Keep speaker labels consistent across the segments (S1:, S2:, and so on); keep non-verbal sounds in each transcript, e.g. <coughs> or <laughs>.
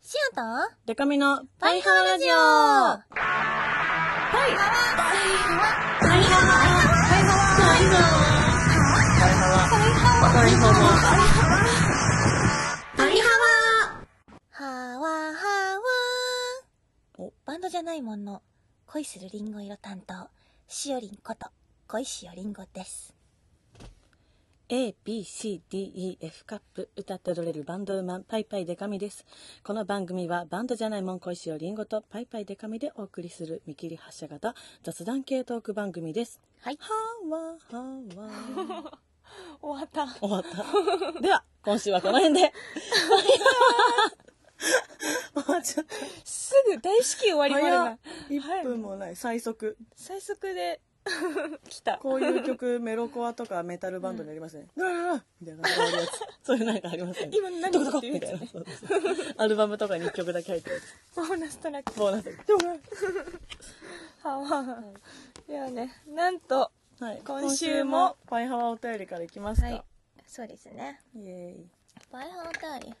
S1: シアター
S2: デカミのパイハワラジオ
S1: はーわーはーわー
S2: お
S1: バンドじゃないもの恋するリンゴ色担当しおりんこと恋しおりんごです
S2: A, B, C, D, E, F カップ歌って踊れるバンドウーマンパイパイデカミですこの番組はバンドじゃないもん恋しおりんごとパイパイデカミでお送りする見切り発車型雑談系トーク番組です
S1: はい
S2: はーわーはーわ
S1: 終わった
S2: ー終わったでは今週はこの辺で <laughs> もうちょっと
S1: すぐ大至急終わりまでな
S2: 1分もない最速
S1: 最速で <laughs> 来た
S2: こういう曲、メロコアとかメタルバンドにありますね。うわーみたいな感じで終わるやつ。そういうなんかありますよね。
S1: 今何
S2: どこどこ
S1: って言う
S2: みたいな。そうそうそうアルバムとかに1曲だけ入 <laughs> ってる。
S1: ボーナストラック
S2: ボーナスで。
S1: はわ <laughs> いやねなんと
S2: はい。
S1: 今週も、
S2: パイハワお便りからいきますか。
S1: はいそうですね
S2: イエーイ。
S1: バイハーお便り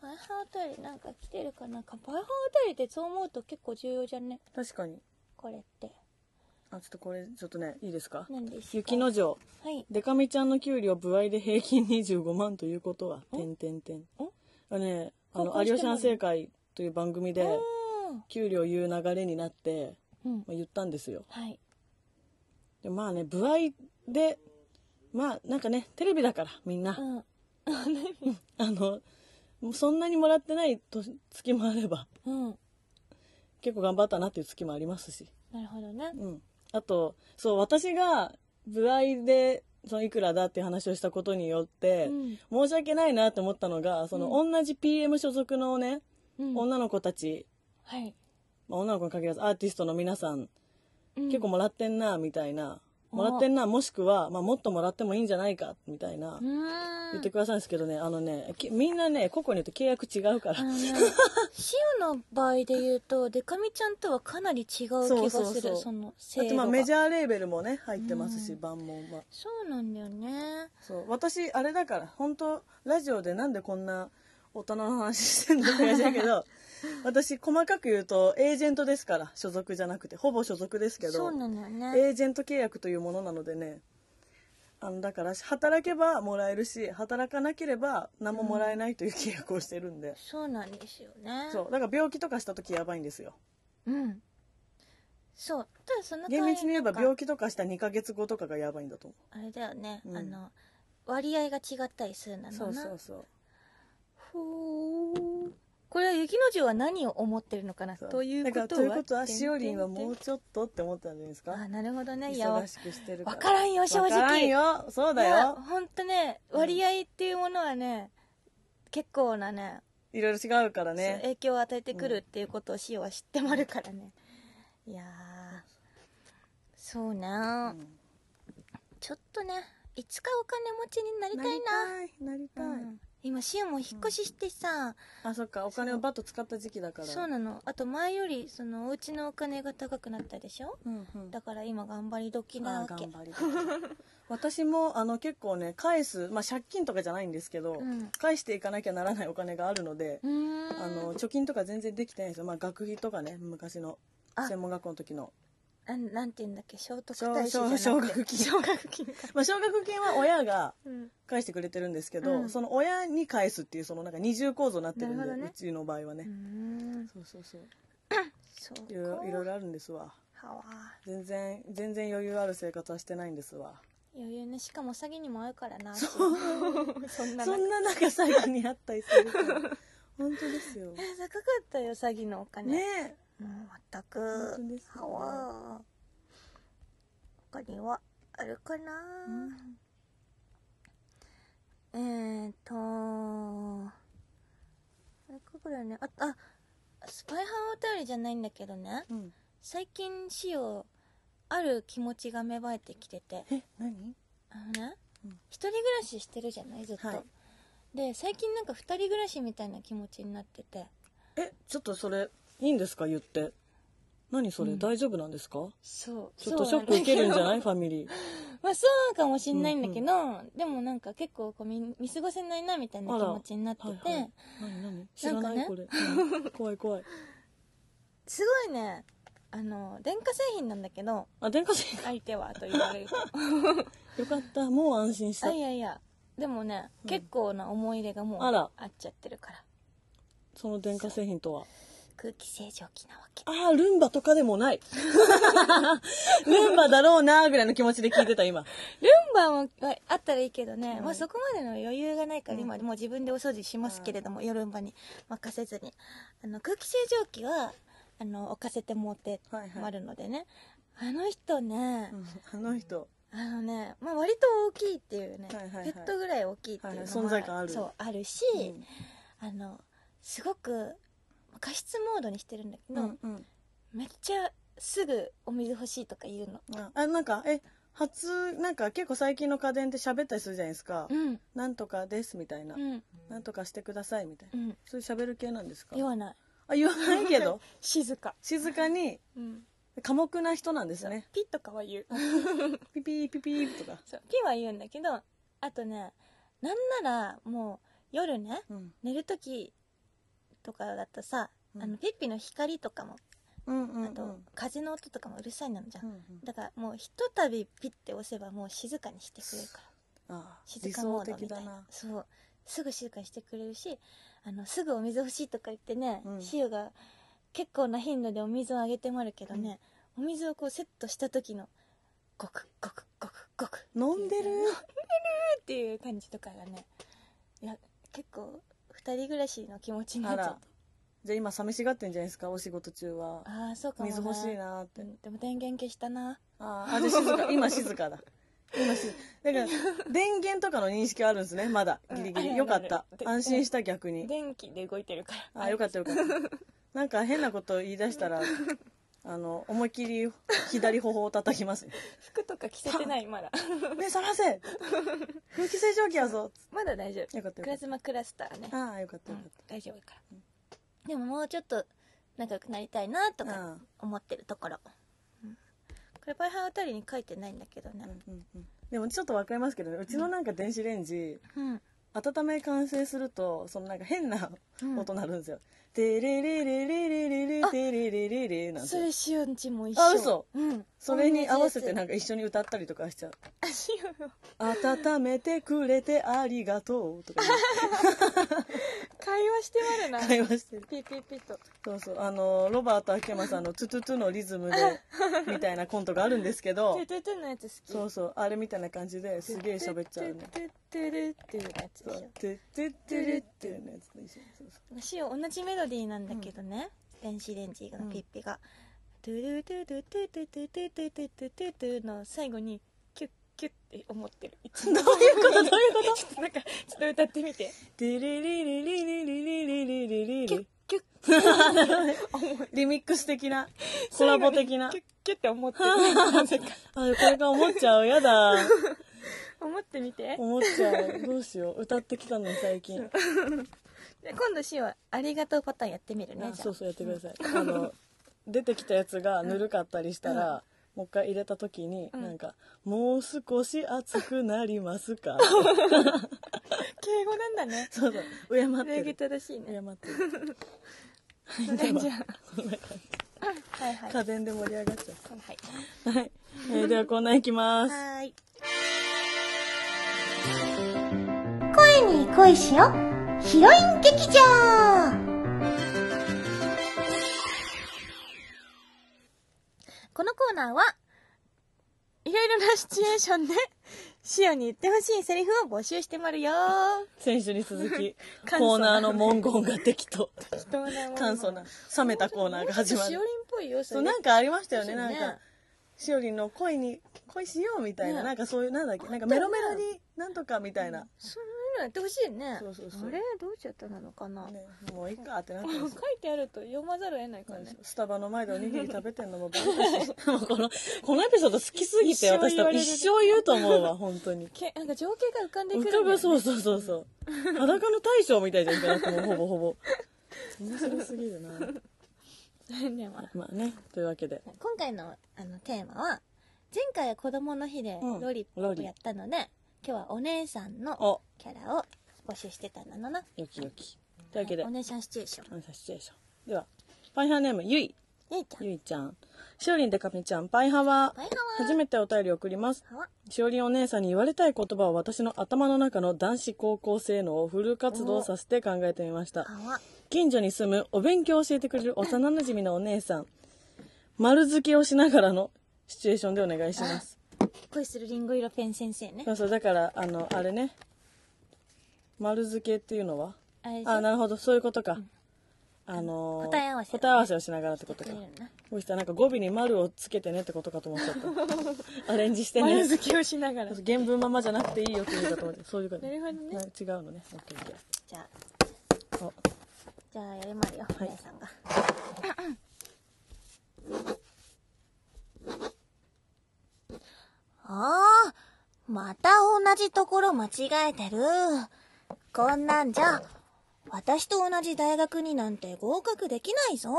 S1: バイハーお便りなんか来てるかなんかバイハーお便りってそう思うと結構重要じゃね
S2: 確かに。
S1: これって
S2: あ、ちょっとこれ、ちょっとね、いいですか
S1: 何ですか
S2: 雪の城。
S1: はい
S2: デカミちゃんの給料、部合で平均25万ということは、
S1: お
S2: てんてんてん
S1: お。
S2: あのね、あ
S1: 公
S2: の、
S1: 開してな
S2: 有
S1: い
S2: 吉反省会という番組で、
S1: あ
S2: 給料言う流れになって、
S1: ーうん
S2: まあ、言ったんですよ。
S1: はい
S2: でまあね部合でまあなんかねテレビだからみんな、
S1: うん
S2: あのもうそんなにもらってない年月もあれば
S1: うん
S2: 結構頑張ったなっていう月もありますし、
S1: なるほどね
S2: うん、あとそう私が部合でそのいくらだっていう話をしたことによって、
S1: うん
S2: 申し訳ないなって思ったのがその、同じ PM 所属のね、
S1: うん
S2: 女の子たち、
S1: はい
S2: まあ、女の子に限らずアーティストの皆さん
S1: 結
S2: 結構もらってんなみたいな、
S1: うん
S2: もらってんなもしくは、まあ、もっともらってもいいんじゃないかみたい
S1: う
S2: な。
S1: ー
S2: 言
S1: ん
S2: ってくださいんですけどね、あのね、きみんなね、個々によって契約違うか
S1: あ
S2: ら。
S1: のね塩の場合で言うとデカミちゃんとはかなり違う気が
S2: そう
S1: す
S2: そうそ
S1: る
S2: う
S1: その
S2: あ
S1: 制
S2: と
S1: 度
S2: まあ
S1: が
S2: メジャーレーベルもね入ってますし、
S1: うん
S2: 万問は
S1: そうなんだよね
S2: そう私あれだから本当ラジオでなんでこんな大人の話してんのって感じだけ
S1: <laughs>
S2: ど私細かく言うとエージェントですから所属じゃなくてほぼ所属ですけ
S1: そ
S2: ど
S1: うなんだよね
S2: エージェント契約というものなのでねあのだから働けばもらえるし働かなければ何ももらえないという契約をしてるんで、
S1: そうなんですよね
S2: そうだから病気とかした時やばいんですよ
S1: うんそうただその代
S2: 厳
S1: わり
S2: 密に言え
S1: な
S2: ば
S1: んか
S2: 病気とかした2ヶ月後とかがやばいんだと思
S1: あれだよね、
S2: うん
S1: あの割合が違ったりするんだ
S2: う
S1: ろうな
S2: そう
S1: ほうこれは雪の城は何を思ってるのかなということは
S2: ということ
S1: てんてん
S2: は
S1: てん
S2: しおりんはもうちょっとって思ったんじゃないですか
S1: あなるほどねいや
S2: 忙しくしてるから
S1: わからんよ正直
S2: わからんよそうだ
S1: いや
S2: よ
S1: ほんとね
S2: うん
S1: 割合っていうものはね、結構なね
S2: いろいろ違うから
S1: そう
S2: ね
S1: 影響を与えてくるっていうことをしおは知ってもあるからね、いやーそうね、
S2: うん
S1: ちょっとねいつかお金持ちになりたいな
S2: なりたいなり
S1: うん今しおも引っ越ししてさ、
S2: たいあそっかお金をバッと使った時期だから
S1: そうなのあと前よりそのお家のお金が高くなったでしょ
S2: うんうん
S1: だから今頑張り時な
S2: あ
S1: わ
S2: ー
S1: け
S2: 頑張りたい私もあの結構ね返すまあ借金とかじゃないんですけど
S1: うん
S2: 返していかなきゃならないお金があるので
S1: うーん
S2: あの貯金とか全然できてないんですよ、まあ、学費とかね昔の
S1: あ
S2: 専門学校の時の、
S1: なんなんて言うんだっけ聖徳
S2: 奨
S1: 太子じゃなくて
S2: 奨学金
S1: 奨学金か、
S2: まあ、奨学金は親が
S1: うん、
S2: 返してくれてるんですけど、
S1: うん
S2: その親に返すっていうそのなんか二重構造になってるん
S1: な
S2: で
S1: るほどね
S2: うちの場合は
S1: うー
S2: ね、
S1: ん
S2: そうそうそう
S1: そう
S2: いろいろいろい
S1: ろ
S2: ろあるんですわ
S1: はわ
S2: 全然全然余裕ある生活はしてないんですわ
S1: 余裕ねしかも詐欺にも合うからな <laughs> そんな
S2: そ
S1: の
S2: んな中最後にあったりす
S1: <laughs>
S2: るから本当ですよ
S1: え高かったよ詐欺のお金
S2: ね
S1: うん全
S2: 本
S1: く
S2: 当ですよね
S1: はわ他にはあるかな、えーとあれかぐらいねああスパイハンお便りじゃないんだけどね
S2: うん
S1: 最近しようある気持ちが芽生えてきてて
S2: え何
S1: あのね、
S2: うん
S1: 一人暮らししてるじゃないずっと、
S2: はい
S1: で最近なんか二人暮らしみたいな気持ちになってて
S2: えちょっとそれいいんですか言って何それ、
S1: うん
S2: 大丈夫なんですか
S1: そう
S2: ちょっとショック受けるんじゃないファミリー
S1: <laughs> まあそうかもしんないんだけど、でもなんか結構こう見見過ごせないなみたいな気持ちになってて、
S2: あらはいはい何何知らない
S1: なんかね
S2: これ、うん <laughs> 怖い怖い
S1: すごいねあの電化製品なんだけど
S2: あ電化製品
S1: 相手はと言わ
S2: <laughs>
S1: れると
S2: よかったもう安心した
S1: あいやいやでもね、
S2: うん
S1: 結構な思い入れがもう
S2: あら
S1: あっちゃってるから
S2: その電化製品とは
S1: 空気清浄機なわけ
S2: ああルンバとかでもない
S1: <laughs>
S2: ルンバだろうなーぐらいの気持ちで聞いてた今
S1: ルンバもああったらいいけどね、
S2: うん
S1: まあ、そこまでの余裕がないから
S2: うん
S1: 今もう自分でお掃除しますけれども、夜ルンバに任せずにあの空気清浄機はあの置かせてもうて
S2: はい
S1: まるのでね、あの人ね、
S2: あの人
S1: あのね、まあ、割と大きいっていうね、
S2: はいはいはい
S1: ペットぐらい大きいっていうのも
S2: はいはい存在感ある
S1: そうあるし、あのすごく加湿モードにしてるんだけど、
S2: うん
S1: めっちゃすぐお水欲しいとか言うの
S2: ああなんかえ初なんか結構最近の家電って喋ったりするじゃないですか、
S1: うん
S2: なんとかですみたいな、
S1: うん
S2: なんとかしてくださいみたいな
S1: うん
S2: そういう喋る系なんですか
S1: 言わない
S2: あ言わないけど
S1: <laughs> 静か、
S2: 静かに
S1: うん、
S2: 寡黙な人なんですね
S1: ピとかは言う <laughs>
S2: ピピーピピーとか、
S1: そうピは言うんだけどあとねなんならもう夜ね
S2: うん、
S1: 寝る時とかだとさ、
S2: うん
S1: あのピッピの光とかも
S2: うんうんうん
S1: あと風の音とかもうるさいなのじゃん、
S2: うんうん
S1: だからもうひとたびピッて押せばもう静かにしてくれるから
S2: ああ
S1: 静
S2: 理
S1: かモ
S2: 想
S1: ードみ
S2: 的
S1: た
S2: だ
S1: いな
S2: な
S1: そうすぐ静かにしてくれるしあのすぐお水欲しいとか言ってね、
S2: うん
S1: シオが結構な頻度でお水をあげてもらうけどね、お水をこうセットした時のゴクゴクゴクゴク
S2: 飲んでる
S1: っていう感じとかがねいや結構二人暮らしの気持ちになっちゃって
S2: じゃあ今寂しがってんじゃないですかお仕事中は
S1: ああーそうかも
S2: 水欲しい
S1: っ
S2: なーって、
S1: でも電源消したな
S2: あーあじゃあ静
S1: <laughs>
S2: か今静かだ今静だから電源とかの認識はあるんですねまだギ
S1: う
S2: リギ
S1: んあ
S2: リ
S1: るあ
S2: よ
S1: るあ
S2: か
S1: る
S2: った
S1: で
S2: 安心した逆に
S1: 電気で動いてるから
S2: あよかったよかったなんか変なこと言い
S1: <laughs>
S2: 出したらあの思いっきり左頬を叩きますね
S1: 服とか着せてないま
S2: <laughs>
S1: だ
S2: 「目覚ま
S1: <laughs>
S2: せ空気清浄機やぞ
S1: まだ大丈」夫
S2: よかっ
S1: <laughs> ク
S2: たよか
S1: ラ
S2: っ
S1: ズマクラスターね
S2: たああーよかった
S1: う
S2: よ
S1: ん
S2: かっ
S1: 大丈夫だから、でももうちょっと仲良くなりたいなとか
S2: たあー
S1: 思ってるところ、うんこれパイハーあたりに書いてないんだけどね
S2: うんうんうんでもちょっと分かりますけどねうちのなんか電子レンジ
S1: うん、
S2: 温め完成するとそのなんか変な
S1: うん
S2: 音鳴るんですよ。てれれれれれれれ
S1: あ
S2: てれれれれなん
S1: そ
S2: て。
S1: れしおんちも一緒
S2: あ嘘
S1: うん
S2: それに合わせてなんんか一緒に歌ったりとかしちゃう。
S1: か <laughs> しおん
S2: 温めてくれてありがとうとか
S1: 会話してま
S2: 言
S1: る
S2: う
S1: な
S2: 会話 <laughs> してる。
S1: ピーピーピーと
S2: そうそう。あの、ロバート秋山さんのトゥトゥトゥのリズムで、みたいなコントがあるんですけど
S1: トゥ、トゥトゥのやつ好き
S2: そうそう、あれみたいな感じですげえ喋っちゃう <laughs> ね。
S1: トゥトゥトゥルっていうやつ
S2: そ
S1: でし
S2: う。トゥトゥトゥルっていうのやつと一緒そうそう
S1: ょしおん同じメロディーなんだけどね、電子レンジのピッピが、トゥルトゥトゥトゥトゥトゥトゥトゥトゥトゥトゥトゥの最後にキュッキュッって思って
S2: <laughs>
S1: るどういうことどういうことちょっとなんかちょっと歌ってみて
S2: てれれれれれれれれれれれ
S1: キュ
S2: れ
S1: ッ。キュッ
S2: リミックス的な、コラボ的な
S1: 最後にキュ。ッキュッって思ってるなぜか
S2: あ、これが思っちゃう。やだ。
S1: 思ってみて
S2: 思っちゃう。どうしよう。歌ってきたのに最近。
S1: で今度しおんありがとうパターンやってみるねじゃ
S2: あ
S1: あ
S2: そうそうやってください。あの、出てきたやつがぬるかったりしたら、もう一回入れた時に、
S1: ん
S2: なんか、もう少し熱くなりますか
S1: 敬語なんだね
S2: そうそう。敬っ
S1: 礼
S2: て
S1: 儀
S2: る。
S1: 正しいね
S2: 敬ってる。
S1: それじゃあはいはいは
S2: 家電で盛り上がっちゃ。
S1: いう
S2: はい。えーではコーナーいきます。
S1: はーい
S3: 声に恋しよヒロイン劇場
S1: このコーナーはいろいろなシチュエーションでシオに言ってほしいセリフを募集してもらうよ
S2: 先週に続き、
S1: 簡素な
S2: コーナーの文言が適当。
S1: 適当なもの
S2: 簡素な、冷めたコーナーが始ま
S1: シオ
S2: る
S1: リ。ンっぽいよそ
S2: そ
S1: れ
S2: うなんかありましたよねなん
S1: ね
S2: かしおりんの恋に恋しようみたいな、
S1: ね
S2: なんかそういうなんだっけなんかメロメロになんとかみたいな、
S1: そういうのやってほしいね
S2: そうそうそう
S1: あれどうしちゃったのかな、
S2: ね、もういいかってなって
S1: 書
S2: ま
S1: い
S2: す
S1: てあると読まざるを得ないからね
S2: スタバの前でおにぎり食べてんのもバカし
S1: <laughs>
S2: もうこのこのエピソード好きすぎ
S1: 一
S2: て
S1: 生
S2: 私
S1: 言わ
S2: 多分
S1: れる
S2: 一生言うと思うわ本当に
S1: けなんか情景が浮かんでくる
S2: 浮
S1: んだ
S2: か
S1: よね
S2: ぶ
S1: <laughs>
S2: そうそうそうそう裸の大将みたいじゃんなんかもうほぼほぼ面白すぎるな
S1: でも
S2: まあねというわけで
S1: 今回のあのテーマは「回は子供の日で
S2: うん
S1: ロリ
S2: ロ
S1: を
S2: リ
S1: やったので、今日はお姉さんの
S2: お
S1: キャラを募集してたんだなな
S2: よきよきというわけで
S1: お姉さんシチュエーション
S2: お願いしますシチュエーションではパイハーネームゆい
S1: ゆいちゃん
S2: ゆいちゃんしおりんでかみちゃんパイハは
S1: バイ
S2: 初めてお便り送ります
S1: ハワーハワ
S2: しおりんお姉さんに言われたい言葉を私の頭の中の男子高校生のをフル活動させて考えてみました
S1: ハワ
S2: 近所に住むお勉強を教えてくれる幼なじみのお
S1: <laughs>
S2: 姉さん丸付けをしながらのシチュエーションでお願いします
S1: 恋するリンゴ色ペン先生ね
S2: そうそうだからあのあれね丸付けっていうのは
S1: あれでしょ
S2: あなるほどそういうことか、あのー
S1: 答え合わせ
S2: 答え合わせをしながらってこと
S1: く
S2: か
S1: れるな
S2: そしたらなんか語尾に丸をつけてねってことかと思っちゃったアレンジしてね
S1: 丸付けをしながらじ
S2: 原文ままじゃなくていいよっていうかと思ってそういうこと
S1: なるほどね
S2: はい違うのねオッケーオッケ
S1: ゃあ
S2: ーお
S1: じゃあやりまるよ、
S2: はい
S1: お姉さんが <coughs> ああまた同じところ間違えてるこんなんじゃ私と同じ大学になんて合格できないぞ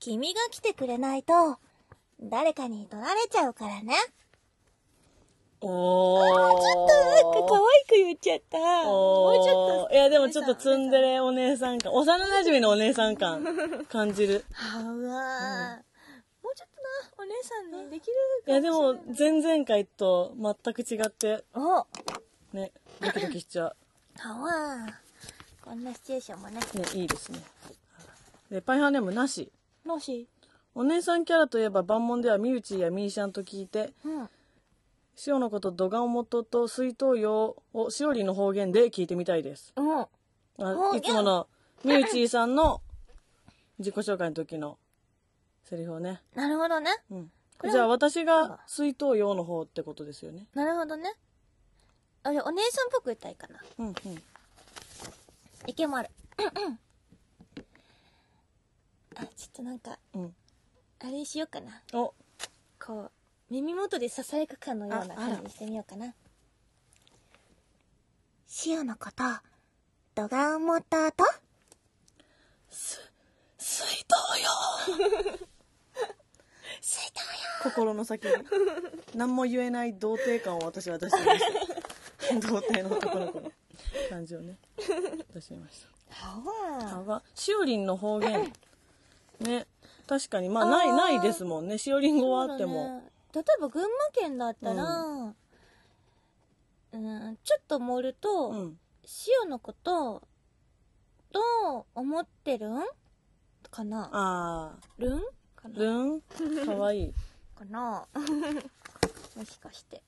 S1: 君が来てくれないと誰かに取られちゃうからね
S2: おー
S1: 愛く言っちゃった
S2: おー
S1: もうちょっと
S2: いやでもちょっとツンデレお姉さん感幼馴染のお姉さん感感じる
S1: はうわー、もうちょっとなお姉さんにできる
S2: いやでも前々回と全く違って
S1: おは
S2: ねドキドキしちゃ
S1: わーこんなシチュエーションもね
S2: うねいいですねでパイハーネームなし
S1: もし
S2: お姉さんキャラといえば万問ではミウチやミーシャンと聞いて
S1: うん
S2: 塩のことドガオモトと水筒用をしおりの方言で聞いてみたいです
S1: うん
S2: あ
S1: 方言
S2: いつものみうちーさんの自己紹介の時のセリフをね、
S1: なるほどね
S2: うん
S1: これは
S2: じゃあ私が水筒用の方ってことですよね
S1: なるほどねあれお姉さんっぽく歌いたいかな
S2: うんうん
S1: いけまるあちょっとなんか
S2: うん
S1: あれしようかな
S2: お
S1: こう耳元でささやくかのような
S2: ああら
S1: 感じにしてみようかな塩のことドガンモタと
S2: 水筒用
S1: 水筒
S2: 心の先に <laughs> 何も言えない童貞感を私は出していました
S1: <laughs>
S2: 童貞の男の子の感じをね出していました
S1: は
S2: あ
S1: わ
S2: がしおりんの方言ね確かにまあない
S1: あー
S2: ないですもんねしおりん語はあっ
S1: そ
S2: て
S1: う
S2: も
S1: だね例えば群馬県だったら、うん、ちょっと盛ると、
S2: うん
S1: 塩のことどう思ってるんかな
S2: ああ
S1: るんかな
S2: ルーンかわいい
S1: かな <laughs> もしかして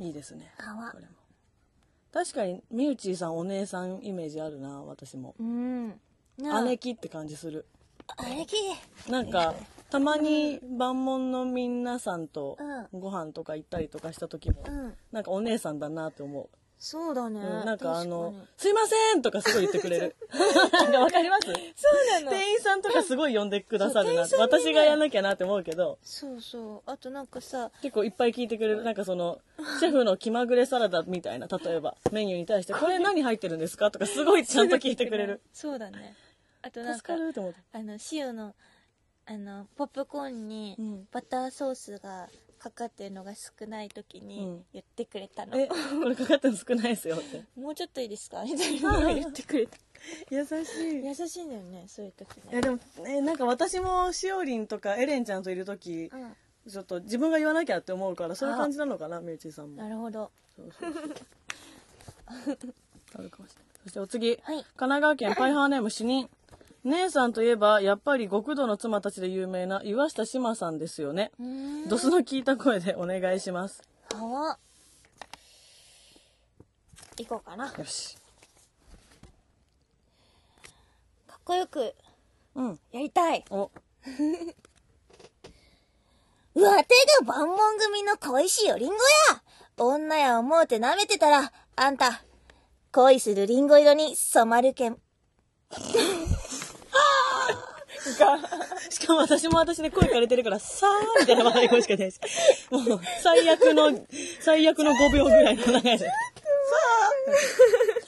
S2: いいですね
S1: かわ
S2: これも確かにみうちーさんお姉さんイメージあるな私も
S1: うん
S2: 姉
S1: ね
S2: 貴って感じする
S1: 姉貴
S2: なんかたまに万門のみんなさんと
S1: う
S2: ご飯とか行ったりとかした時も
S1: うん
S2: なんかお姉さんだなって思
S1: そうだね、
S2: う、うん、なんかあの
S1: 確に
S2: 「すいません!」とかすごい言ってくれるなんかわかります
S1: そうなの
S2: 店員さんとかすごい呼んでくださる
S1: そう店
S2: な
S1: 員さんにね
S2: 私がやんなきゃなって思うけど
S1: そうそうあとなんか
S2: <laughs>
S1: さ
S2: 結構いっぱい聞いてくれるなんかそのシェフの気まぐれサラダみたいな例えばメニューに対して「これ何入ってるんですか?」とかすごいちゃんと聞いてくれる
S1: そうだねあとなん
S2: 助
S1: か
S2: かると思って
S1: あの塩のあのポップコーンに
S2: うん
S1: バターソースがかかってるのが少ない時
S2: う
S1: に
S2: ん
S1: 言ってくれたの、
S2: えこれかかってるの少ないですよって
S1: もうちょっといいです <laughs> かみたいなのを言ってくれた
S2: 優しい
S1: 優しいんだよねそういう時
S2: え
S1: ね
S2: でもねなんか私もしおりんとかエレンちゃんといる時
S1: うん
S2: ちょっと自分が言わなきゃって思うからそういう感じなのかなみゆちーさんも
S1: なるほど
S2: そうそうそう <laughs> あるかもしれないそしてお次
S1: はい
S2: 神奈川県パイハーネーム主任姉さんといえばやっぱり極道の妻たちで有名な岩下志麻さんですよね
S1: うーん
S2: ドスの聞いた声でお願いします
S1: はわ行こうかなか
S2: よし
S1: っこよく
S2: うん
S1: やりたい
S2: お
S3: わてが万門組の恋しよりんごや女や思うて舐めてたら、あんた、恋するりんご色に染まるけん。
S2: しかも私も私で声枯れてるから、さーみたいなまだ言うしかないです。もう、最悪の、最悪の5秒ぐらいの長いです。さ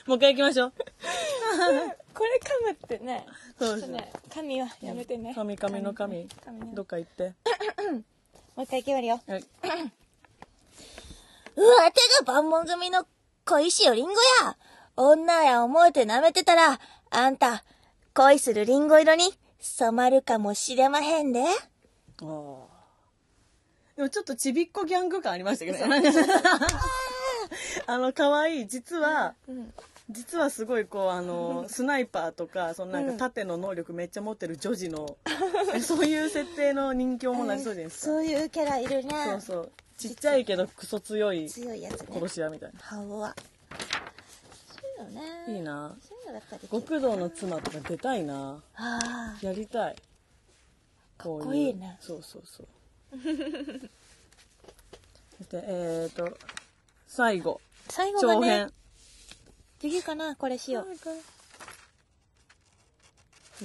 S2: ーもう一回行きましょう。
S1: これかムってねち
S2: そ
S1: ょ
S2: う
S1: っ
S2: で
S1: と
S2: す
S1: ね神はやめてね
S2: 神々の神
S1: 神々の
S2: どっか行っ
S1: も
S2: て
S1: う一回決まるよ
S2: は
S3: わ
S2: い、
S3: てが万門組の小石よりんごや女や思うて舐めてたら、あんた、恋するりんご色に染まるかもしれまへんで。
S2: おーでもちょっとちびっこギャング感ありましたけどね <laughs> あの可愛い実は
S1: うん
S2: 実はすごいこうあのスナイパーとかそのなんか盾の能力めっちゃ持ってる女児の <laughs> そういう設定の人形もなりそうじゃないですか
S1: そういうキャラいるね
S2: そうそうちっちゃいけどクソ強い
S1: 強いやつね
S2: 殺し屋みたいな
S1: ハオはそういうのね
S2: いいな
S1: そういうのだったらできる
S2: 極道の妻とか出たいな
S1: あ
S2: やりたい
S1: こ
S2: う
S1: いいね
S2: そうそうそう <laughs> そしてえっ、ー、と最後
S1: ー最後が
S2: 長
S1: ね
S2: 編
S1: 次かなこれしよう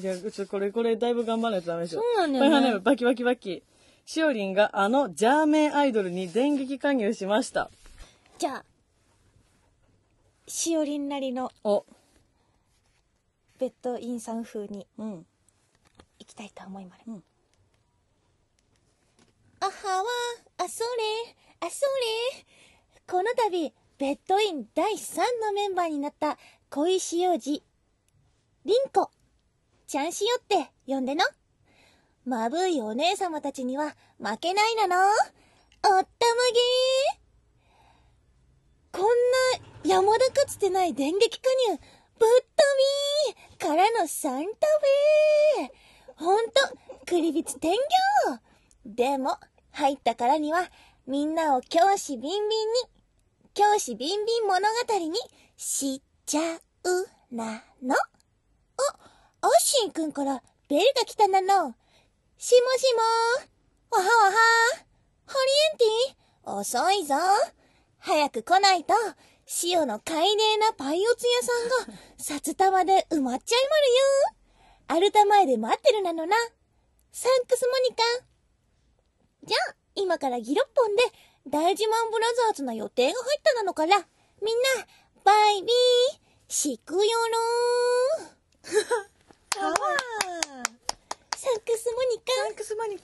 S2: いやちょっとこれこれだいぶ頑張らないとダメでしょ
S1: そうなんだ
S2: こ
S1: よね
S2: れはねバキバキバキしおりんがあのジャーメンアイドルに電撃加入しました
S1: じゃあしおりんなりの
S2: お
S1: ベッドインさん風に
S2: うん
S1: 行きたいと思います
S3: あはわ、あそれ、あそれ。この度、ベッドイン第3のメンバーになった小石洋二、りんこ、ちゃんしよって呼んでの。まぶいお姉様たちには負けないなの。おったまげー。こんな山田かつてない電撃加入、ぶっとみーからのサンタフェー。ほんと、クリビツ天行でも、入ったからには、みんなを教師ビンビンに、教師ビンビン物語にしちゃうなの。お、オッシンくんからベルが来たなの。しもしもわはわはホリエンティ遅いぞ。早く来ないと、塩の海寧なパイオツ屋さんが、札束で埋まっちゃいまるよ。アルタ前で待ってるなのな。サンクスモニカ。じゃあ、今からギロッポンで、大自慢ブラザーズの予定が入ったなのから、みんな、バイビー、しくよろー。
S1: パワー
S3: サンクスモニカ。
S2: サンクスマニカ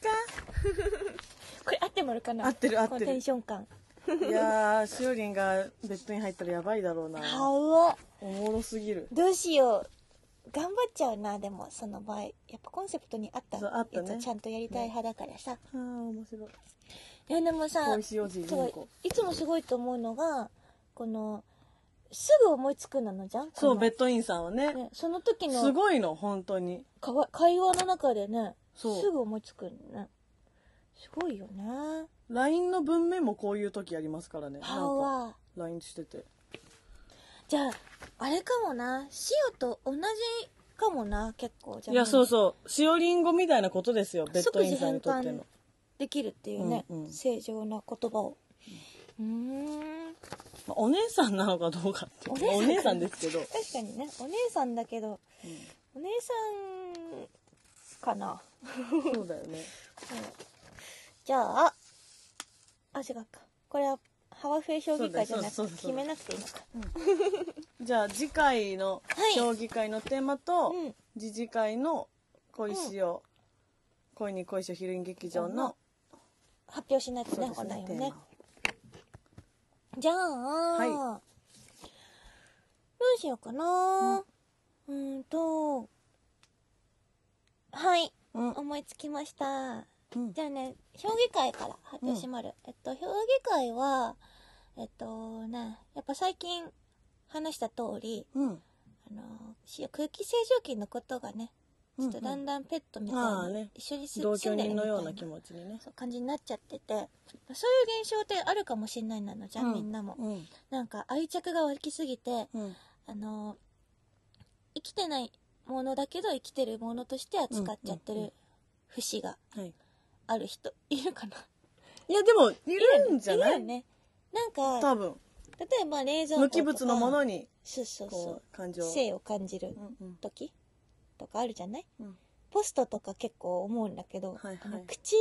S1: これ合ってもるかな
S2: 合ってる合ってる
S1: このテンション感
S2: いやーしおりんがベッドに入ったらやばいだろうな
S1: はお
S2: おもろすぎる
S1: どうしよう頑張っちゃうなでもその場合やっぱコンセプトに合った
S2: そう合ったね
S1: やつちゃんとやりたい派だからさ、
S2: あー面白い
S1: いやでもさ
S2: 小石おじい
S1: そう
S2: りんこ
S1: いつもすごいと思うのがこのすぐ思いつくなのじゃん
S2: そうベ
S1: 別
S2: ッドインさんはね
S1: ね、その時
S2: す
S1: の
S2: ごいの本当に
S1: かわ会話の中でねす
S2: そう
S1: ぐ思いつくのねすごいよね
S2: LINE の文面もこういう時ありますからね
S1: パ
S2: なんか
S1: ワー
S2: LINE してて
S1: じゃああれかもな塩と同じかもな結構じゃあ
S2: いやそうそうしおりんごみたいなことですよベッドインさんにとっ
S1: 即時
S2: て
S1: 変
S2: の
S1: 換できるっていうね、
S2: うんうん
S1: 正常な言葉をうーん
S2: まあお姉さんなのかどうかっていうお
S1: お
S2: 姉
S1: 姉
S2: さ
S1: さ
S2: ん
S1: ん
S2: ですけ
S1: <laughs>
S2: ど
S1: 確かにねお姉さんだけど、お姉さんかな
S2: そうだよね
S1: じゃああ違うかこれはハワフェ将棋会じゃな
S2: そう
S1: く
S2: だ
S1: て決
S2: よ
S1: めなくていいのか
S2: じゃあ次回の
S1: はい
S2: 評議会のテーマと
S1: うん
S2: 次次回の恋しよ恋に恋しよヒルイン劇場の
S1: 発表しないと
S2: そう
S1: ね
S2: です
S1: お題
S2: ね
S1: を
S2: テー
S1: ね
S2: マ
S1: じゃあ、
S2: は
S1: どうしようかなうーんとはい
S2: うん
S1: 思いつきました
S2: うん
S1: じゃあね評議会から発表しまる、えっと評議会はえっとねやっぱ最近話した通り
S2: うん
S1: あのし空気清浄機のことがねちょっとだんだんペットみたい
S2: ああ
S1: な、
S2: ね
S1: 一緒に住
S2: 同
S1: 住
S2: 居
S1: んでる
S2: 人
S1: みたい
S2: の
S1: な
S2: ような気持ちにね
S1: そう感じになっちゃっててまあそういう現象ってあるかもしれないなのじゃん、
S2: う
S1: みんなも
S2: うん
S1: なんか愛着が湧きすぎて
S2: うん
S1: あの生きてないものだけど生きてるものとして扱っちゃって
S2: うんうんう
S1: る節が
S2: はい
S1: ある人いるかない
S2: やでもいるんじゃないい
S1: るよねなんか
S2: 多分
S1: 例えば冷蔵庫
S2: 無
S1: とか
S2: 機物のものに
S1: そうそう
S2: こ
S1: そう
S2: 感情
S1: う性を感じる
S2: うんうん
S1: 時とかあるじゃない、
S2: うん
S1: ポストとか結構思うんだけど、
S2: はいはい
S1: あの口に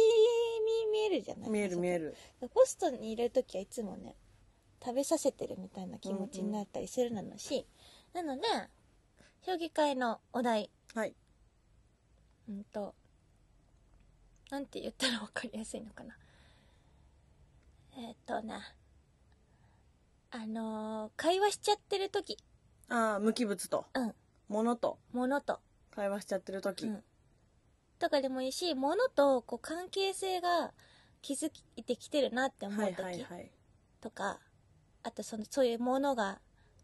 S1: 見えるじゃない
S2: 見える見え
S1: る
S2: る
S1: ポストに入れる時はいつもね食べさせてるみたいな気持ちになったりするなのし、なので評議会のお題
S2: はい
S1: うんとなんて言ったら分かりやすいのかなえっ、となあのー会話しちゃってる時
S2: ああ無機物と、
S1: うん
S2: 物と
S1: 物と、
S2: 会話しちゃってる時、
S1: うんとかでもいいし物とこう関係性が築いてきてるなって思う
S2: はい
S1: 時
S2: はいはい
S1: とか、あとそのそういうものが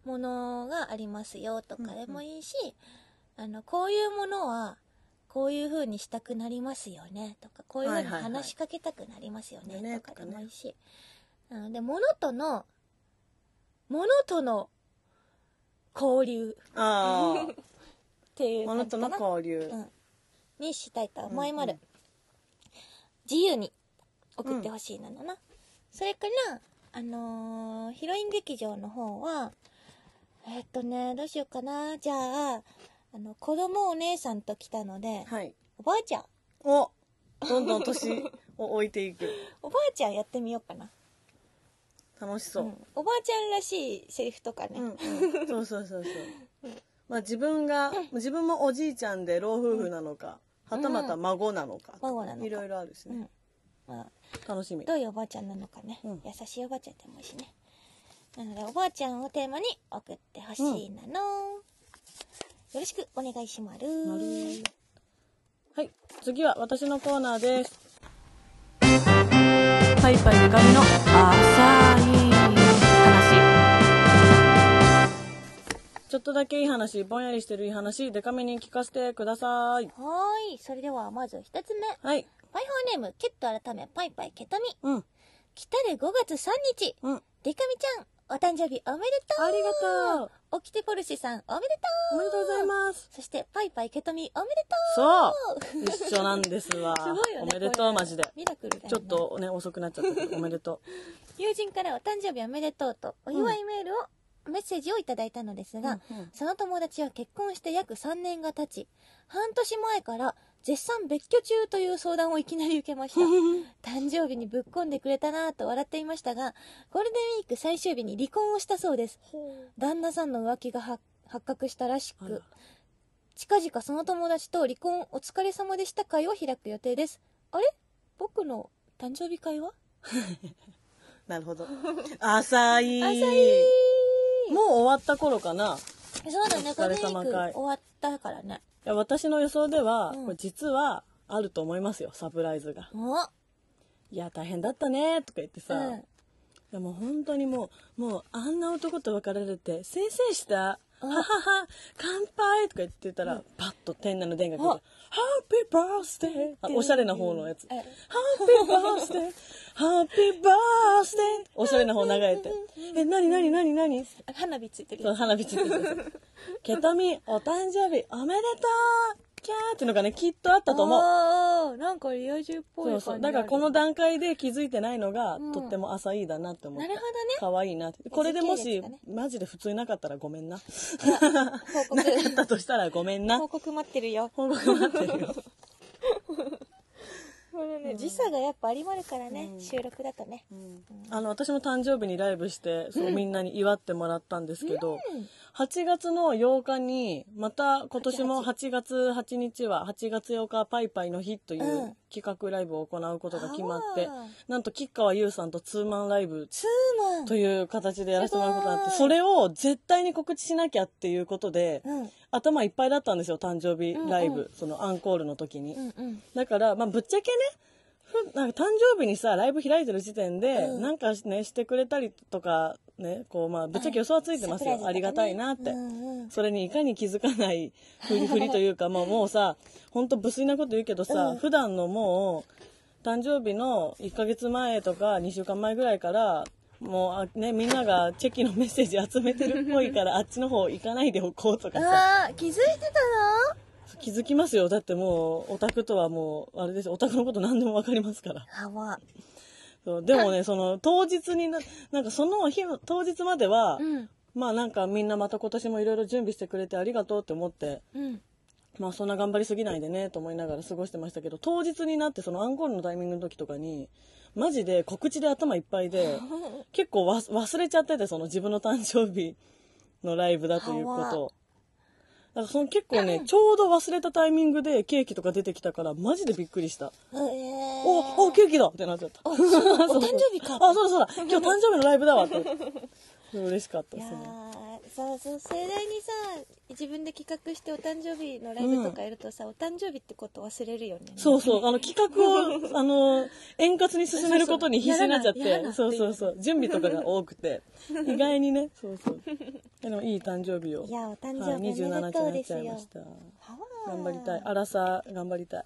S1: ものがありますよとかでもいいし、あのこういうものはこういう風にしたくなりますよねとかこういう風に
S2: はいはいはい
S1: 話しかけたくなりますよ
S2: ね
S1: ねとか
S2: と
S1: でも
S2: かね
S1: いいし、なので物との物との交流っ
S2: ああ
S1: ていう
S2: 物
S1: 感
S2: と
S1: じか
S2: の
S1: な
S2: 交流、
S1: うんにしたいと思いまる、
S2: うん
S1: 自由に送ってほしいなのな、それからあのーヒロイン劇場の方はえっとねどうしようかなじゃああの子供お姉さんと来たので
S2: はい
S1: おばあちゃん
S2: おどんどん年を置いていく
S1: おばあちゃんやってみようかな
S2: 楽しそう、
S1: んおばあちゃんらしいセリフとかね、
S2: うんうんそうそうそうそうまあ自分が自分もおじいちゃんで老夫婦なのか、はたまた孫なのか、
S1: 孫なのか
S2: いろいろあるしね、
S1: まあ
S2: 楽しみ
S1: どういうおばあちゃんなのかね、
S2: うん
S1: 優しいおばあちゃんでもいいしねなのでおばあちゃんをテーマに送ってほしいなの、よろしくお願いしまる
S2: なるはい次は私のコーナーですパイパイでかみの浅い話ちょっとだけいい話ぼんやりしてるいい話でかみに聞かせてくださ
S1: はー
S2: い
S1: いそれではまず一つ目
S2: はい
S1: パイホーネームケット改めパイパイケトミ
S2: うん
S1: 来たる5月3日
S2: うんあ
S1: デカミちゃんお誕生日おめでとう
S2: りがとう
S1: オキテポルシェさんおめでとう
S2: おめでとうございます
S1: そしてパイパイケトミおめで
S2: そう
S1: とう
S2: 一緒なんですわ
S1: すごいよね
S2: おめでとう
S1: これ
S2: マジで
S1: ミラクルだよ、ね、
S2: ちょっとね遅くなっちゃったけどおめでと
S1: 友人からお誕生日おめでとうとお祝いメールを、メッセージをいただいたのです
S2: う
S1: が、
S2: うんうん
S1: その友達は結婚して約3年が経ち半年前から絶賛別居中という相談をいきなり受けました
S2: <laughs>
S1: 誕生日にぶっこんでくれたなぁと笑っていましたがゴールデンウィーク最終日に離婚をしたそうです旦那さんの浮気がは発覚したらし
S2: あら
S1: く近々その友達と離婚お疲れ様でした会を開く予定ですあれ僕の誕生日会は
S2: なるほど <laughs> 浅い
S1: 浅い
S2: もう終わった頃かな
S1: そうだね
S2: お
S1: ゴー
S2: 疲
S1: ル
S2: れ
S1: デンウィ
S2: 様会
S1: ーク終わったからね
S2: いや私の予想では、
S1: うん
S2: これ実はあると思いますよサプライズが
S1: お
S2: 「いや大変だったね」とか言ってさ、
S1: うん
S2: いやもう本当にもうもうあんな男と別れるって「先生したははは乾杯」とか言ってたら、パッと店内の電話が来て「ハッピーバースデー」あおしゃれな方のやつ「ハ
S1: え
S2: ッピーバースデー」「ハッピーバースデー」おしゃれな方流れて「え何何何何?」
S1: 花火ついてる
S2: そう、花火ついてるやつ。ケトミン、お誕生日おめでとうキャーっていうのがね、きっとあったと思う。
S1: 思うなんかリア充っぽい感
S2: そう
S1: じあ
S2: そう。
S1: る
S2: だからこの段階で気づいてないのが、
S1: うん
S2: とっても浅いだなって思って。
S1: なるほどね
S2: かわいいなって。これでも
S1: 時系列
S2: し、
S1: がね
S2: マジで普通になかったらごめんな。
S1: 報告
S2: なかったとしたらごめんな
S1: 報。告待ってる <laughs> よ
S2: 報告待ってるよ。
S1: これね時差がやっぱありまるからね、
S2: うん
S1: 収録だとね
S2: あの、私も誕生日にライブして、そう、みんなに祝ってもらったんですけ
S1: う
S2: ど、
S1: ん
S2: 8月の8日に、また今年も8月8日は、8月8日パイパイの日という
S1: うん
S2: 企画ライブを行うことが決まって、
S1: あー
S2: なんと吉川優さんとツーマンライブ
S1: ツーマン
S2: という形でやらせてもらうことになって、
S1: すごい
S2: それを絶対に告知しなきゃっていうことで、
S1: うん
S2: 頭いっぱいだったんですよ、誕生日ライブ、
S1: うんう
S2: そのアンコールの時に。
S1: うんうん
S2: だから、まあ、ぶっちゃけね、ふなんか誕生日にさ、ライブ開いてる時点で、
S1: うん
S2: なんかね、してくれたりとか、ね、こう、まあ、ぶっちゃけ予想はついてますよ。
S1: サプライズとかね
S2: ありがたいなって。
S1: うんうん
S2: それにいかに気づかないふりふりというか、まあもうさ、ほんと無粋なこと言うけどさ、
S1: うん
S2: 普段のもう、誕生日の1ヶ月前とか2週間前ぐらいから、もうあね、みんながチェキのメッセージ集めてるっぽいから、あっちの方行かないでおこうとかさ、
S1: あー気づいて
S2: 気づきますよ。だってもう、オタクとはもう、あれですよオタクのこと何でもわかりますから。
S1: たのはわ
S2: そうでもね、その、当日にな、なんかその日の、当日までは、
S1: うん
S2: まあなんかみんなまた今年もいろいろ準備してくれてありがとうって思って、
S1: うん
S2: まあそんな頑張りすぎないでねと思いながら過ごしてましたけど当日になってそのアンコールのタイミングの時とかにマジで告知で頭いっぱい
S1: <laughs>
S2: で結構わ忘れちゃっててその自分の誕生日のライブだということをからその結構
S1: <laughs>
S2: ね、ちょうど忘れたタイミングでケーキとか出てきたから、マジでびっくりした。
S1: えー、
S2: お、お、ケーキだってなっちゃった。 <laughs>
S1: あそうお誕生日か
S2: あ、そうだそうだ。今日誕生日のライブだわって。 <laughs> でも嬉しかった
S1: い
S2: で
S1: や
S2: すね。
S1: ーさあそう盛大にさ自分で企画してお誕生日のライブとかやるとさ、お誕生日ってこと忘れるよね
S2: そうそう。あの、企
S1: <laughs>
S2: 画を、あの、円滑に進めることに必死になっちゃっ
S1: そうそうやらな
S2: て、
S1: やら
S2: そ
S1: な
S2: うそうそう。準備とかが多く
S1: <laughs>
S2: て、意外にね、そうそう。でも、いい誕生日を。
S1: いやお誕
S2: は
S1: 生
S2: い、
S1: 日おめ
S2: 27
S1: で
S2: 日
S1: とう
S2: にな
S1: で
S2: っち
S1: す
S2: ゃいま
S1: よ
S2: した。
S1: はー
S2: 頑張りたい。アラサー、頑張りたい。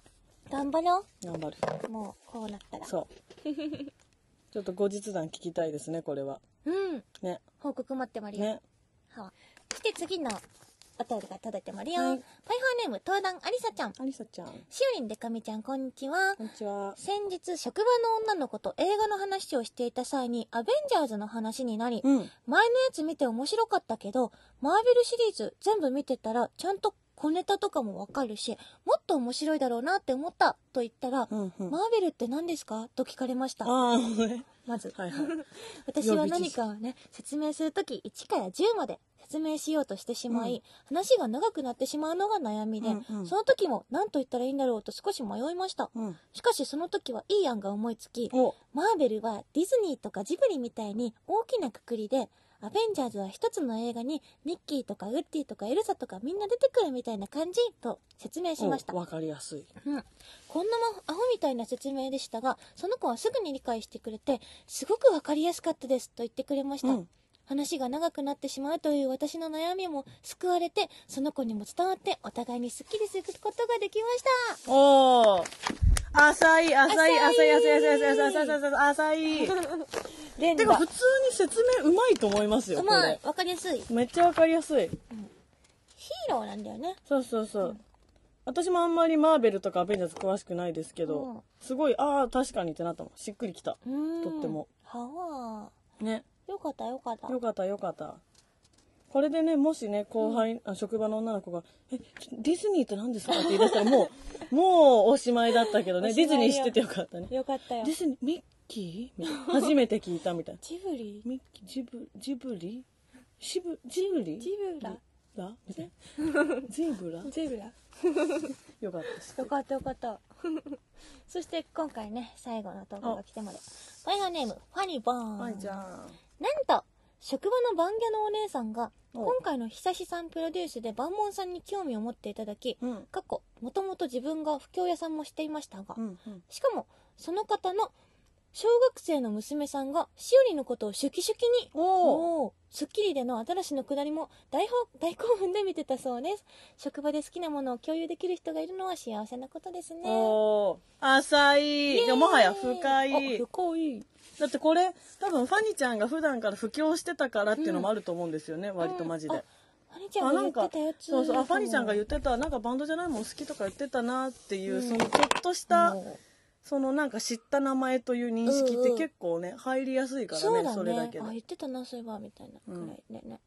S1: 頑張ろ
S2: 頑張る。
S1: うもうこうなったら
S2: そう。ちょっと後日談聞きたいですね、これは。
S1: うん
S2: ね。
S1: 報告待ってまりよ、
S2: ね。
S1: はあそして次のお便りが届いてまりよ、
S2: は
S1: パ
S2: い
S1: イハーネーム東壇ありさちゃん
S2: ありさちゃん。
S1: しおりんでかみちゃんこんにちは
S2: こんにちは。
S1: 先日職場の女の子と映画の話をしていた際にアベンジャーズの話になり、
S2: うん。
S1: 前のやつ見て面白かったけど、マーベルシリーズ全部見てたら、ちゃんと小ネタとかもわかるし、もっと面白いだろうなって思ったと言ったら、
S2: うんうん。あ
S1: マーベルって何ですかと聞かれました。
S2: あー、ね。
S1: まず、
S2: はいはい。
S1: <laughs> 私は何かをね、説明するとき1から10まで説明しようとしてしまい、話が長くなってしまうのが悩みで、
S2: うんうん
S1: その時も何と言ったらいいんだろうと少し迷いました。
S2: うん。
S1: しかしその時はいい案が思いつき、
S2: お、
S1: マーベルはディズニーとかジブリみたいに大きなくくりで、アベンジャーズは一つの映画にミッキーとかウッディとかエルサとかみんな出てくるみたいな感じと説明しました
S2: お。わかりやすい。
S1: うん、こんなまアホみたいな説明でしたが、その子はすぐに理解してくれて、すごくわかりやすかったですと言ってくれました。
S2: うん
S1: 話が長くなってしまうという私の悩みも救われて、その子にも伝わってお互いにスッキリすることができました。
S2: おー。浅い、浅い、浅
S1: 浅
S2: い、
S1: い
S2: 浅い、浅い、浅い、浅い、浅い、浅い、浅
S1: レ
S2: い。
S1: ン
S2: て
S1: バ
S2: か、普通に説明うまいと思いますよ、
S1: う
S2: こ
S1: まい
S2: れ。。
S1: わかりやすい。ヒ
S2: めっちゃわかりやすい。
S1: ーローなんだよね。
S2: そうそうそう。私もあんまりマーベルとかアベンジャーズ詳しくないですけ
S1: うん
S2: ど、すごい、ああ、確かにってなったもん。しっくりきた。
S1: うーん
S2: とっても。
S1: は
S2: ね。
S1: あ。よかったよかった。
S2: よかったよかった。これでね、もしね、後輩、あ職場の女の子が、え、ちょディズニーって何ですかって言い出したら、もう、もうおしまいだったけどね、
S1: お
S2: デ
S1: し
S2: ィズ
S1: まいよ
S2: ニー知っててよかったね。
S1: よかった
S2: デ
S1: よ。
S2: ィズニー、ミッキ
S1: <laughs>
S2: ーみたいな。初めて聞いたみたいな。
S1: ジブリ
S2: ミッキー、ジブ、ジブリシブ、ジブリ
S1: ジブラ
S2: ラみたいな。ジブラ
S1: ジブラ
S2: よかったです。
S1: よかったよかった。そして今回ね、最後の投稿が来てまで。ファイナーネーム、ファニーバーン。
S2: はい、じゃ
S1: なん
S2: あ。
S1: と、職場の番家のお姉さんが、
S2: お
S1: 今回の久しさんプロデュースで万門さんに興味を持っていただき、
S2: うん。
S1: 過去、もともと自分が不況屋さんもしていましたが、
S2: うん、うん。
S1: しかも、その方の小学生の娘さんがしおりのことをシュキシュキに
S2: おー
S1: おースッキリでの新しいのくだりも大ほ <laughs> 大興奮で見てたそうです職場で好きなものを共有できる人がいるのは幸せなことですね
S2: おー浅い。いや、もはや深
S1: あ
S2: い。
S1: 深い
S2: だってこれ多分ファニちゃんが普段から布教してたからっていうのもあると思うんですよね、割とマジで、
S1: うんあファニちゃんが言ってたやつ
S2: そうそうあファニちゃんが言
S1: っ
S2: ってたなんかバンドじゃないもん好きとか言ってたなっていう、そのちょっとした、そのなんか知った名前という認識って結構ね入りやすいからね
S1: そうだね
S2: れだけで
S1: あ言ってたなそういえばみたいなくらいでね、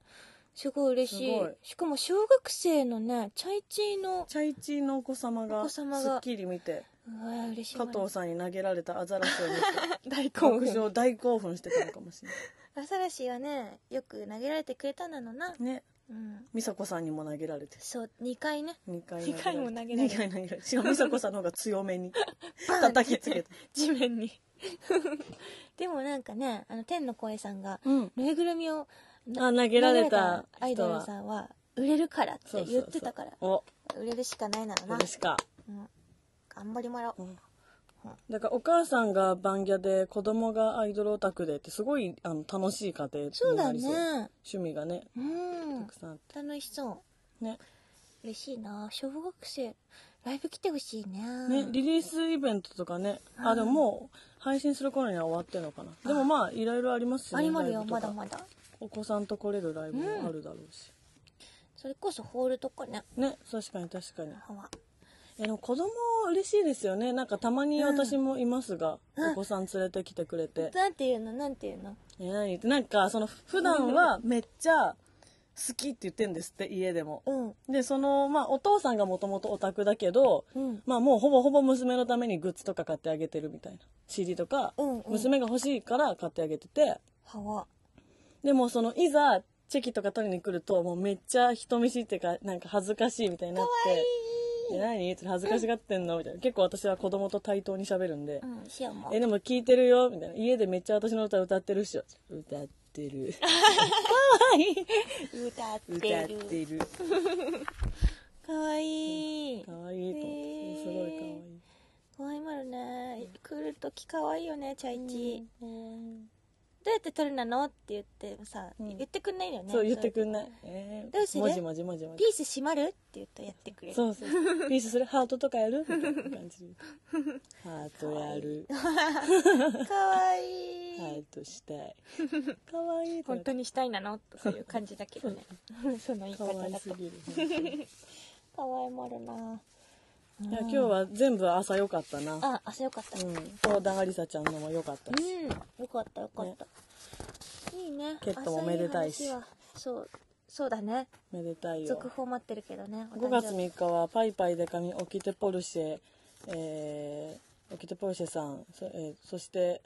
S1: すごい嬉しい
S2: すごい
S1: しかも小学生のねチャイチーの
S2: チャイチーのお子様
S1: お
S2: が
S1: 子
S2: す
S1: 様が
S2: っきり見て
S1: うわ嬉しい
S2: 加
S1: わ
S2: 藤さんに投げられたアザラシを見
S1: <laughs>
S2: て
S1: 大
S2: 極上大興奮してたのかもしれ
S1: アザラシはねよく投げられてくれたんだろうな、
S2: ないね
S1: うん、
S2: 美佐子さんにも投げられて
S1: そう2回ね
S2: 2回
S1: 二回も投げられ
S2: 2回投げられてしかも美佐子さんの方が強めに叩きつけた
S1: 地面に <laughs> でもなんかねあの天の声さんが
S2: うん。
S1: ぬいぐるみをな
S2: あ、投げられた
S1: 投げられアイ
S2: 人
S1: ドル
S2: は。
S1: さんは売れるからって言ってたから
S2: お、
S1: 売れるしかないならな
S2: 嬉しか。
S1: うん頑張りまろう、
S2: だからお母さんがバンギャで子供がアイドルオタクでってすごいあの楽しい家庭に
S1: そうだ
S2: なりそう
S1: ね
S2: 趣味がね、
S1: うん
S2: たくさんあって。
S1: 楽しそう
S2: ね。
S1: 嬉しいな小学生ライブ来てほしいね
S2: ね、リリースイベントとかね。あ、でももう配信する頃には終わってるのかな。でもまあ、いろいろありますよ
S1: あ
S2: ね。
S1: りまる
S2: ラ
S1: よ
S2: イブと
S1: ま
S2: か
S1: だまだ
S2: お子さんと来れるライブもあるだろうし。
S1: それこそホールとかね
S2: ね、確かに確かに。
S1: はわ
S2: えでも子供嬉しいですよね。なんかたまに私もいますが、
S1: うん
S2: お子さん連れてきてくれて。
S1: なんていうのなんていうの
S2: え何言ってなんかその普段はめっちゃ好きって言ってんですって家でも
S1: うん
S2: でそのまあお父さんがもともとオタクだけど、
S1: うん
S2: まあもうほぼほぼ娘のためにグッズとか買ってあげてるみたいな CD とか、
S1: うんうん
S2: 娘が欲しいから買ってあげてて
S1: はわ
S2: でもそのいざチェキとか取りに来るともうめっちゃ人見知りっていうかなんか恥ずかしいみたいになって「え何?」って恥ずかしがってんのみたいな結構私は子供と対等に喋るんで
S3: うん、しようも。
S2: えでも聞いてるよみたいな家でめっちゃ私の歌歌ってるっしょ歌ってる
S1: <laughs>
S3: 歌っ
S2: 歌
S3: て
S2: っ
S3: る。
S2: てる
S1: かわいい
S2: かわいいと思ってすごいか
S1: かわ
S2: わいい
S1: いいまるね来るときかわいいよねチャイチ
S2: うん
S1: どうやって撮るなのって言ってもさ
S2: うん
S1: 言ってくんないよね
S2: そう言ってく
S1: ん
S2: んないえー
S1: どうする
S2: もじもじもじもじ
S1: ピース閉まるって言ったらやってくれる
S2: そうそうピースするハートとかやるみたいな感じでハートやる
S1: かわい
S2: ハ
S1: い
S2: ートしたいかわいい
S1: 本当にしたいなのとそういう感じだけどねその言い
S2: か
S1: 方
S2: わい
S1: だ
S2: す
S1: と
S2: ぎる本当に
S1: かわいまるない
S2: や今日は全部朝良かったな
S3: あ、朝よかった。う
S2: うん相談ありさちゃんのも良かったし
S3: ん、よかったよかった。
S1: いいね
S2: ケットもめでたいし
S1: 朝の話はそうそうだね
S2: めでたいよ
S1: 続報待ってるけどねお誕生
S2: 5月3日はパイパイデカミオキテポルシェ、えー、オキテポルシェさんそ,、えーそして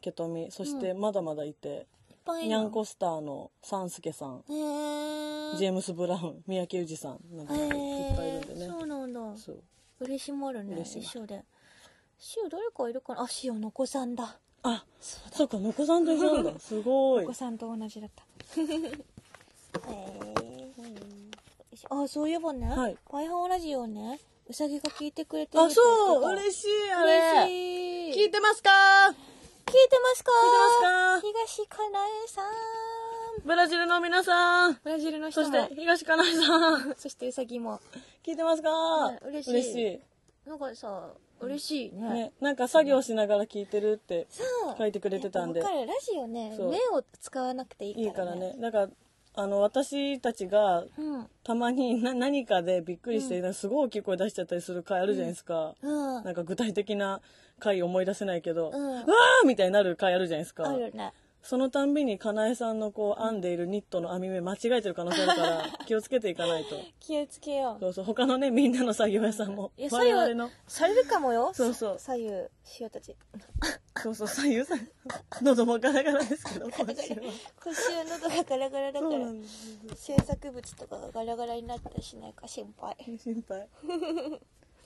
S2: ケトミそしてまだまだいて、
S3: パ
S2: ニャンコスターのサンスケさん
S3: へー。
S2: ジェームス・ブラウン三宅裕二さんなんかいっぱいいるんでね、
S1: そうなんだ
S2: そう
S1: 嬉しもるね
S2: 嬉しい
S1: 一緒で塩誰かいるかなあ塩の子さんだ
S2: あそうかのこさんと一緒なんだ <laughs> すご
S1: お
S2: い
S1: 子さんと同じだった
S3: え
S1: あそういえばね、
S2: はい
S1: ワイハオラジオねうさぎが聞いてくれてる
S2: あそう
S1: 嬉しい
S2: 嬉しいあれ
S1: 嬉しい
S2: 聞いてますか聞いて
S1: 聞いてますか
S2: ますか
S1: 東かなえさん
S2: ブラジルの皆さん
S1: ブラジルの人
S2: そ
S1: も
S2: して東かなえさん
S1: そしてうさぎも
S2: <laughs> 聞いてますか、
S1: い嬉しい
S2: 嬉しい
S1: なんかさ嬉しいね
S2: ね、なんか作業しながら聞いてるって
S1: そう
S2: 書いてくれてたんで
S1: わかるラジオね
S2: そう
S1: 目を使わなくてい
S2: い
S1: い
S2: い
S1: か
S2: からら
S1: ね
S2: ねだからあの私たちが
S1: うん
S2: たまにな何かでびっくりして、なんかすごい大きい声出しちゃったりする回あるじゃないですか、
S1: うん
S2: なんか具体的な回思い出せないけど、
S1: うん
S2: わーみたいになる回あるじゃないですか
S1: あるね
S2: そのたんびにかなえさんのこう編んでいるニットの編み目間違えてる可能性あるから
S1: <laughs>
S2: 気をつけていかないと
S1: 気をつけよう
S2: そうそう他のねみんなの作業屋さんも
S1: いや
S2: 我々の
S1: されるかもよ
S2: そうそう
S1: 左右塩たち
S2: そうそう左右さん喉もガラガラです
S1: <laughs>
S2: けど今週は
S1: 腰は喉がガラガラだか
S2: そ
S1: ら
S2: うなんです
S1: 制作物とかがガラガラになったりしないか心配
S2: 心
S1: <laughs>
S2: 配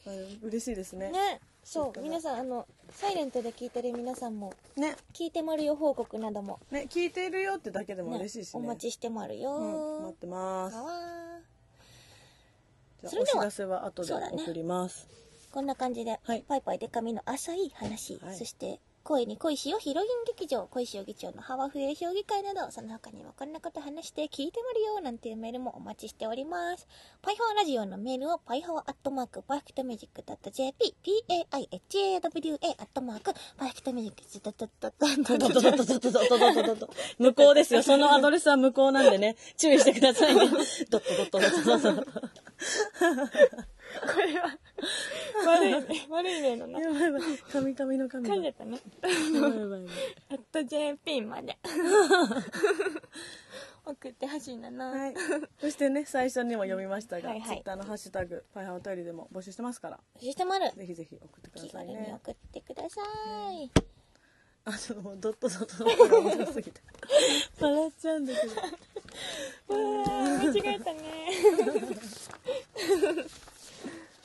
S2: あ嬉しいですね
S1: ねそ
S2: そう
S1: う
S2: かな
S1: 皆さんあのサイレントで聞いてる皆さんも
S2: ね
S1: 聞いてまるよ報告なども、
S2: ね聞いてるよってだけでも
S1: ね
S2: 嬉しいしね
S1: お待ちしてまる
S2: うん、待
S1: よ
S2: っ、てます
S1: かわそ
S2: じゃ
S1: れ
S2: あお
S1: で
S2: 知
S1: は
S2: らせは後で
S1: そうだね
S2: 送ります、
S1: こんな感じで、
S2: はい
S1: パイパイで髪の浅い話、
S2: はい
S1: そして恋に恋しよヒロイン劇場恋しよ議長のハワフエ評議会などその他にもこんなこと話して聞いてまるよなんていうメールもお待ちしておりますパイハワラジオのメールをパイハワアットマークパーフェクトミュージック .jp paihawa アットマークパーフェクトミュージック .jp
S2: 向こうですよ。そのアドレスは向こうなんでね。注意してください
S1: <laughs>
S2: ね。ドットドットドットドット。
S1: これは悪いね悪いねのな
S2: やばいやばい。神々の神
S1: 噛んじ
S2: 々。
S1: ゃ
S2: や
S1: ったね
S2: ばいやばいや
S1: やっと JP まで <laughs> 送ってほしいなな、
S2: ばい。はい。そしてね、最初にも読みましたが、
S1: はいはい
S2: ツイッターのハッシュタグ、パイハーお便りでも募集してますから、
S1: そしてまる
S2: ぜひぜひ送ってくだ
S1: 気
S2: さ
S1: 軽
S2: い
S1: に
S2: ね。
S1: 送ってください、
S2: あ、ちょっともうドットドットドットが面白すぎた。笑っちゃうんだけど。
S1: 間違えたね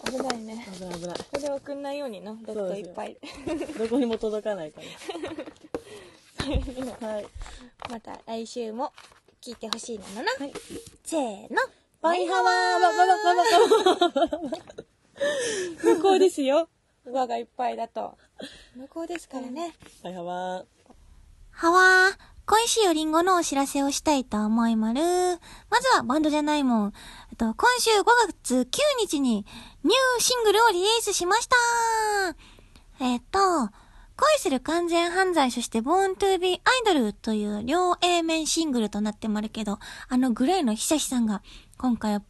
S1: 危ないね
S2: 危ない危ない。
S1: これ送んないようになドットいっぱい
S2: どこにも届かないから。はい。
S1: また来週も聞いてほしいなのな、
S2: はい
S1: せーの
S2: バイハワーババババババ向こうですよ。
S1: 輪がいっぱいだと向こうですからね、
S2: バイハワー。
S3: はわー。恋しよりんごのお知らせをしたいと思いまる。まずはバンドじゃないもん。えっと、今週5月9日にニューシングルをリリースしました。えっと、恋する完全犯罪、そして Born to be Idol という両 A 面シングルとなってまるけど、あのグレーのひさひさんが今回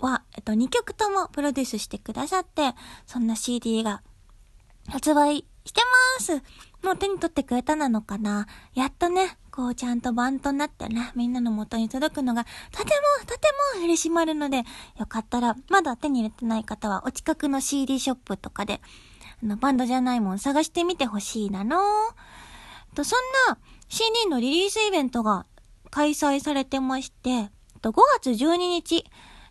S3: は、えっと、2曲ともプロデュースしてくださって、そんな CD が発売してます。もう手に取ってくれたなのかなやっとね、こうちゃんとバンとなってね、みんなの元に届くのが、とてもとても嬉しまるので、よかったら、まだ手に入れてない方は、お近くの CD ショップとかで、あの、バンドじゃないもん探してみてほしいなの。と、そんな CD のリリースイベントが、
S1: 開催されてまして、えっと5月12日、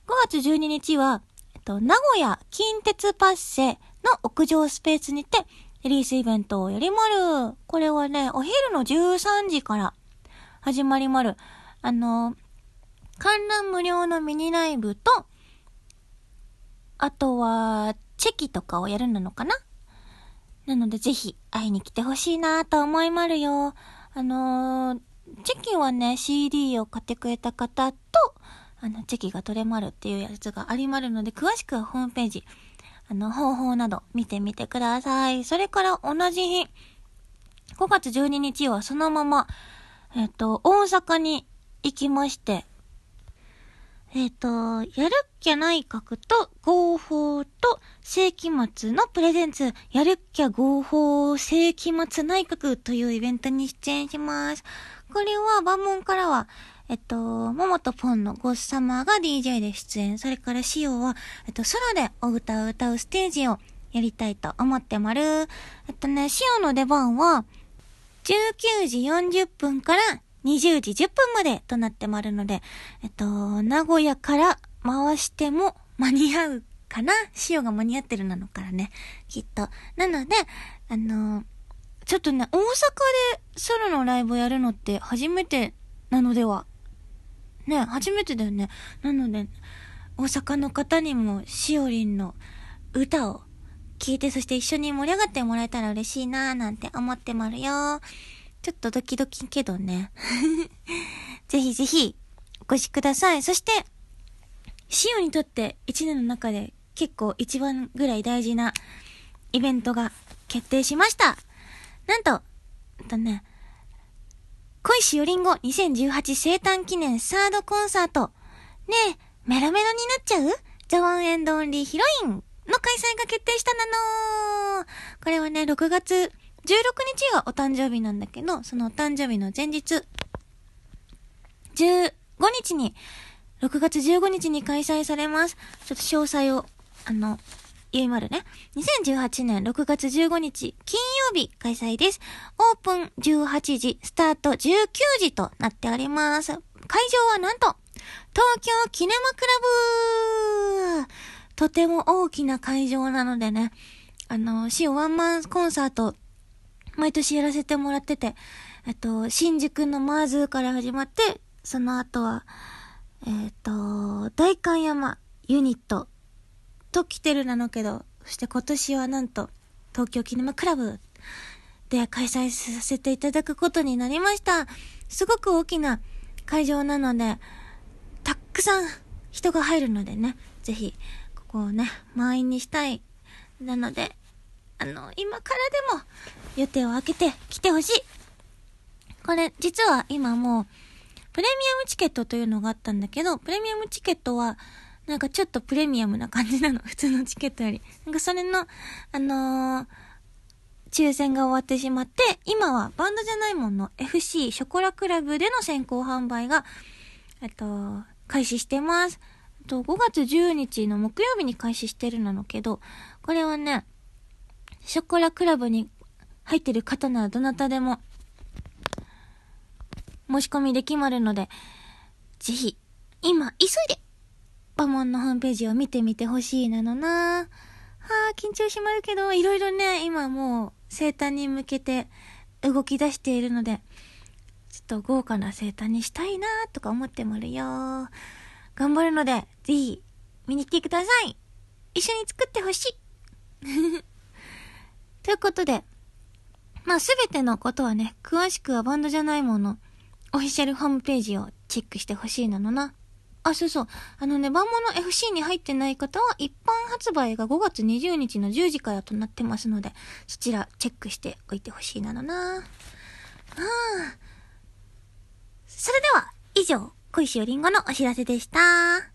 S1: 5月12日は、えっと、名古屋近鉄パッセの屋上スペースにて、リリースイベントをやりまる。これはね、お昼の13時から始まりまる。あの、観覧無料のミニライブと、あとは、チェキとかをやるなのかななのでぜひ会いに来てほしいなと思いまるよ。あのーチェキはね、CD を買ってくれた方と、あの、チェキが取れまるっていうやつがありまるので、詳しくはホームページ、あの、方法など見てみてください。それから同じ日、5月12日はそのまま、えっ、と、大阪に行きまして、えっ、と、やるっきゃ内閣と合法と世紀末のプレゼンツ、やるっきゃ合法世紀末内閣というイベントに出演します。これは、番門からは、えっと、桃とポンのゴッサマーが DJ で出演、それからシオは、えっと、ソロでお歌を歌うステージをやりたいと思ってまる。えっとね、シオの出番は、19時40分から20時10分までとなってまるので、えっと、名古屋から回しても間に合うかな塩が間に合ってるなのからね、きっと。なので、あの、ちょっとね、大阪でソロのライブやるのって初めてなのではね、初めてだよね。なので、大阪の方にもしおりんの歌を聞いて、そして一緒に盛り上がってもらえたら嬉しいなーなんて思ってまるよ。ちょっとドキドキけどね。 <laughs> ぜひぜひ、お越しください。そして、シオにとって一年の中で結構一番ぐらい大事なイベントが決定しました。なんと、えっとね、恋しよりんご2018生誕記念サードコンサート。ねえ、メロメロになっちゃうザワンエンドオンリーヒロインの開催が決定したなのこれはね、6月16日がお誕生日なんだけど、そのお誕生日の前日、15日に6月15日に開催されます。ちょっと詳細を、あの、言いまるね。2018年6月15日金曜日開催です。オープン18時、スタート19時となっております。会場はなんと、東京キネマクラブとても大きな会場なのでね、あの、シオワンマンコンサート、毎年やらせてもらってて、えっと、新宿のマーズーから始まって、その後は、えっ、と、代官山ユニットと来てるなのけど、そして今年はなんと、東京キネマクラブで開催させていただくことになりました。すごく大きな会場なので、たっくさん人が入るのでね、ぜひ、ここをね、満員にしたい。なので、あの、今からでも予定を空けて来てほしい。これ、実は今もう、プレミアムチケットというのがあったんだけど、プレミアムチケットは、なんかちょっとプレミアムな感じなの。 <laughs> 普通のチケットより。なんかそれの、あのー抽選が終わってしまって、今はバンドじゃないもんの FC ショコラクラブでの先行販売が、えっと、開始してます。えっと5月10日の木曜日に開始してるなのけど、これはね、ショコラクラブに入ってる方ならどなたでも申し込みで決まるので、ぜひ、今、急いで、バモンのホームページを見てみてほしいなのなはあ、緊張しまるけど、いろいろね、今もう、生誕に向けて動き出しているので、ちょっと豪華な生誕にしたいなとか思ってもるよ頑張るので、ぜひ、見に来てください一緒に作ってほしい <laughs> ということで、まあ、すべてのことはね、詳しくはバンドじゃないもの、オフィシャルホームページをチェックしてほしいなのな。あ、そうそう。あのね、万物 FC に入ってない方は、一般発売が5月20日の10時からとなってますので、そちらチェックしておいてほしいなのな。うん。それでは、以上、小石よりんごのお知らせでした。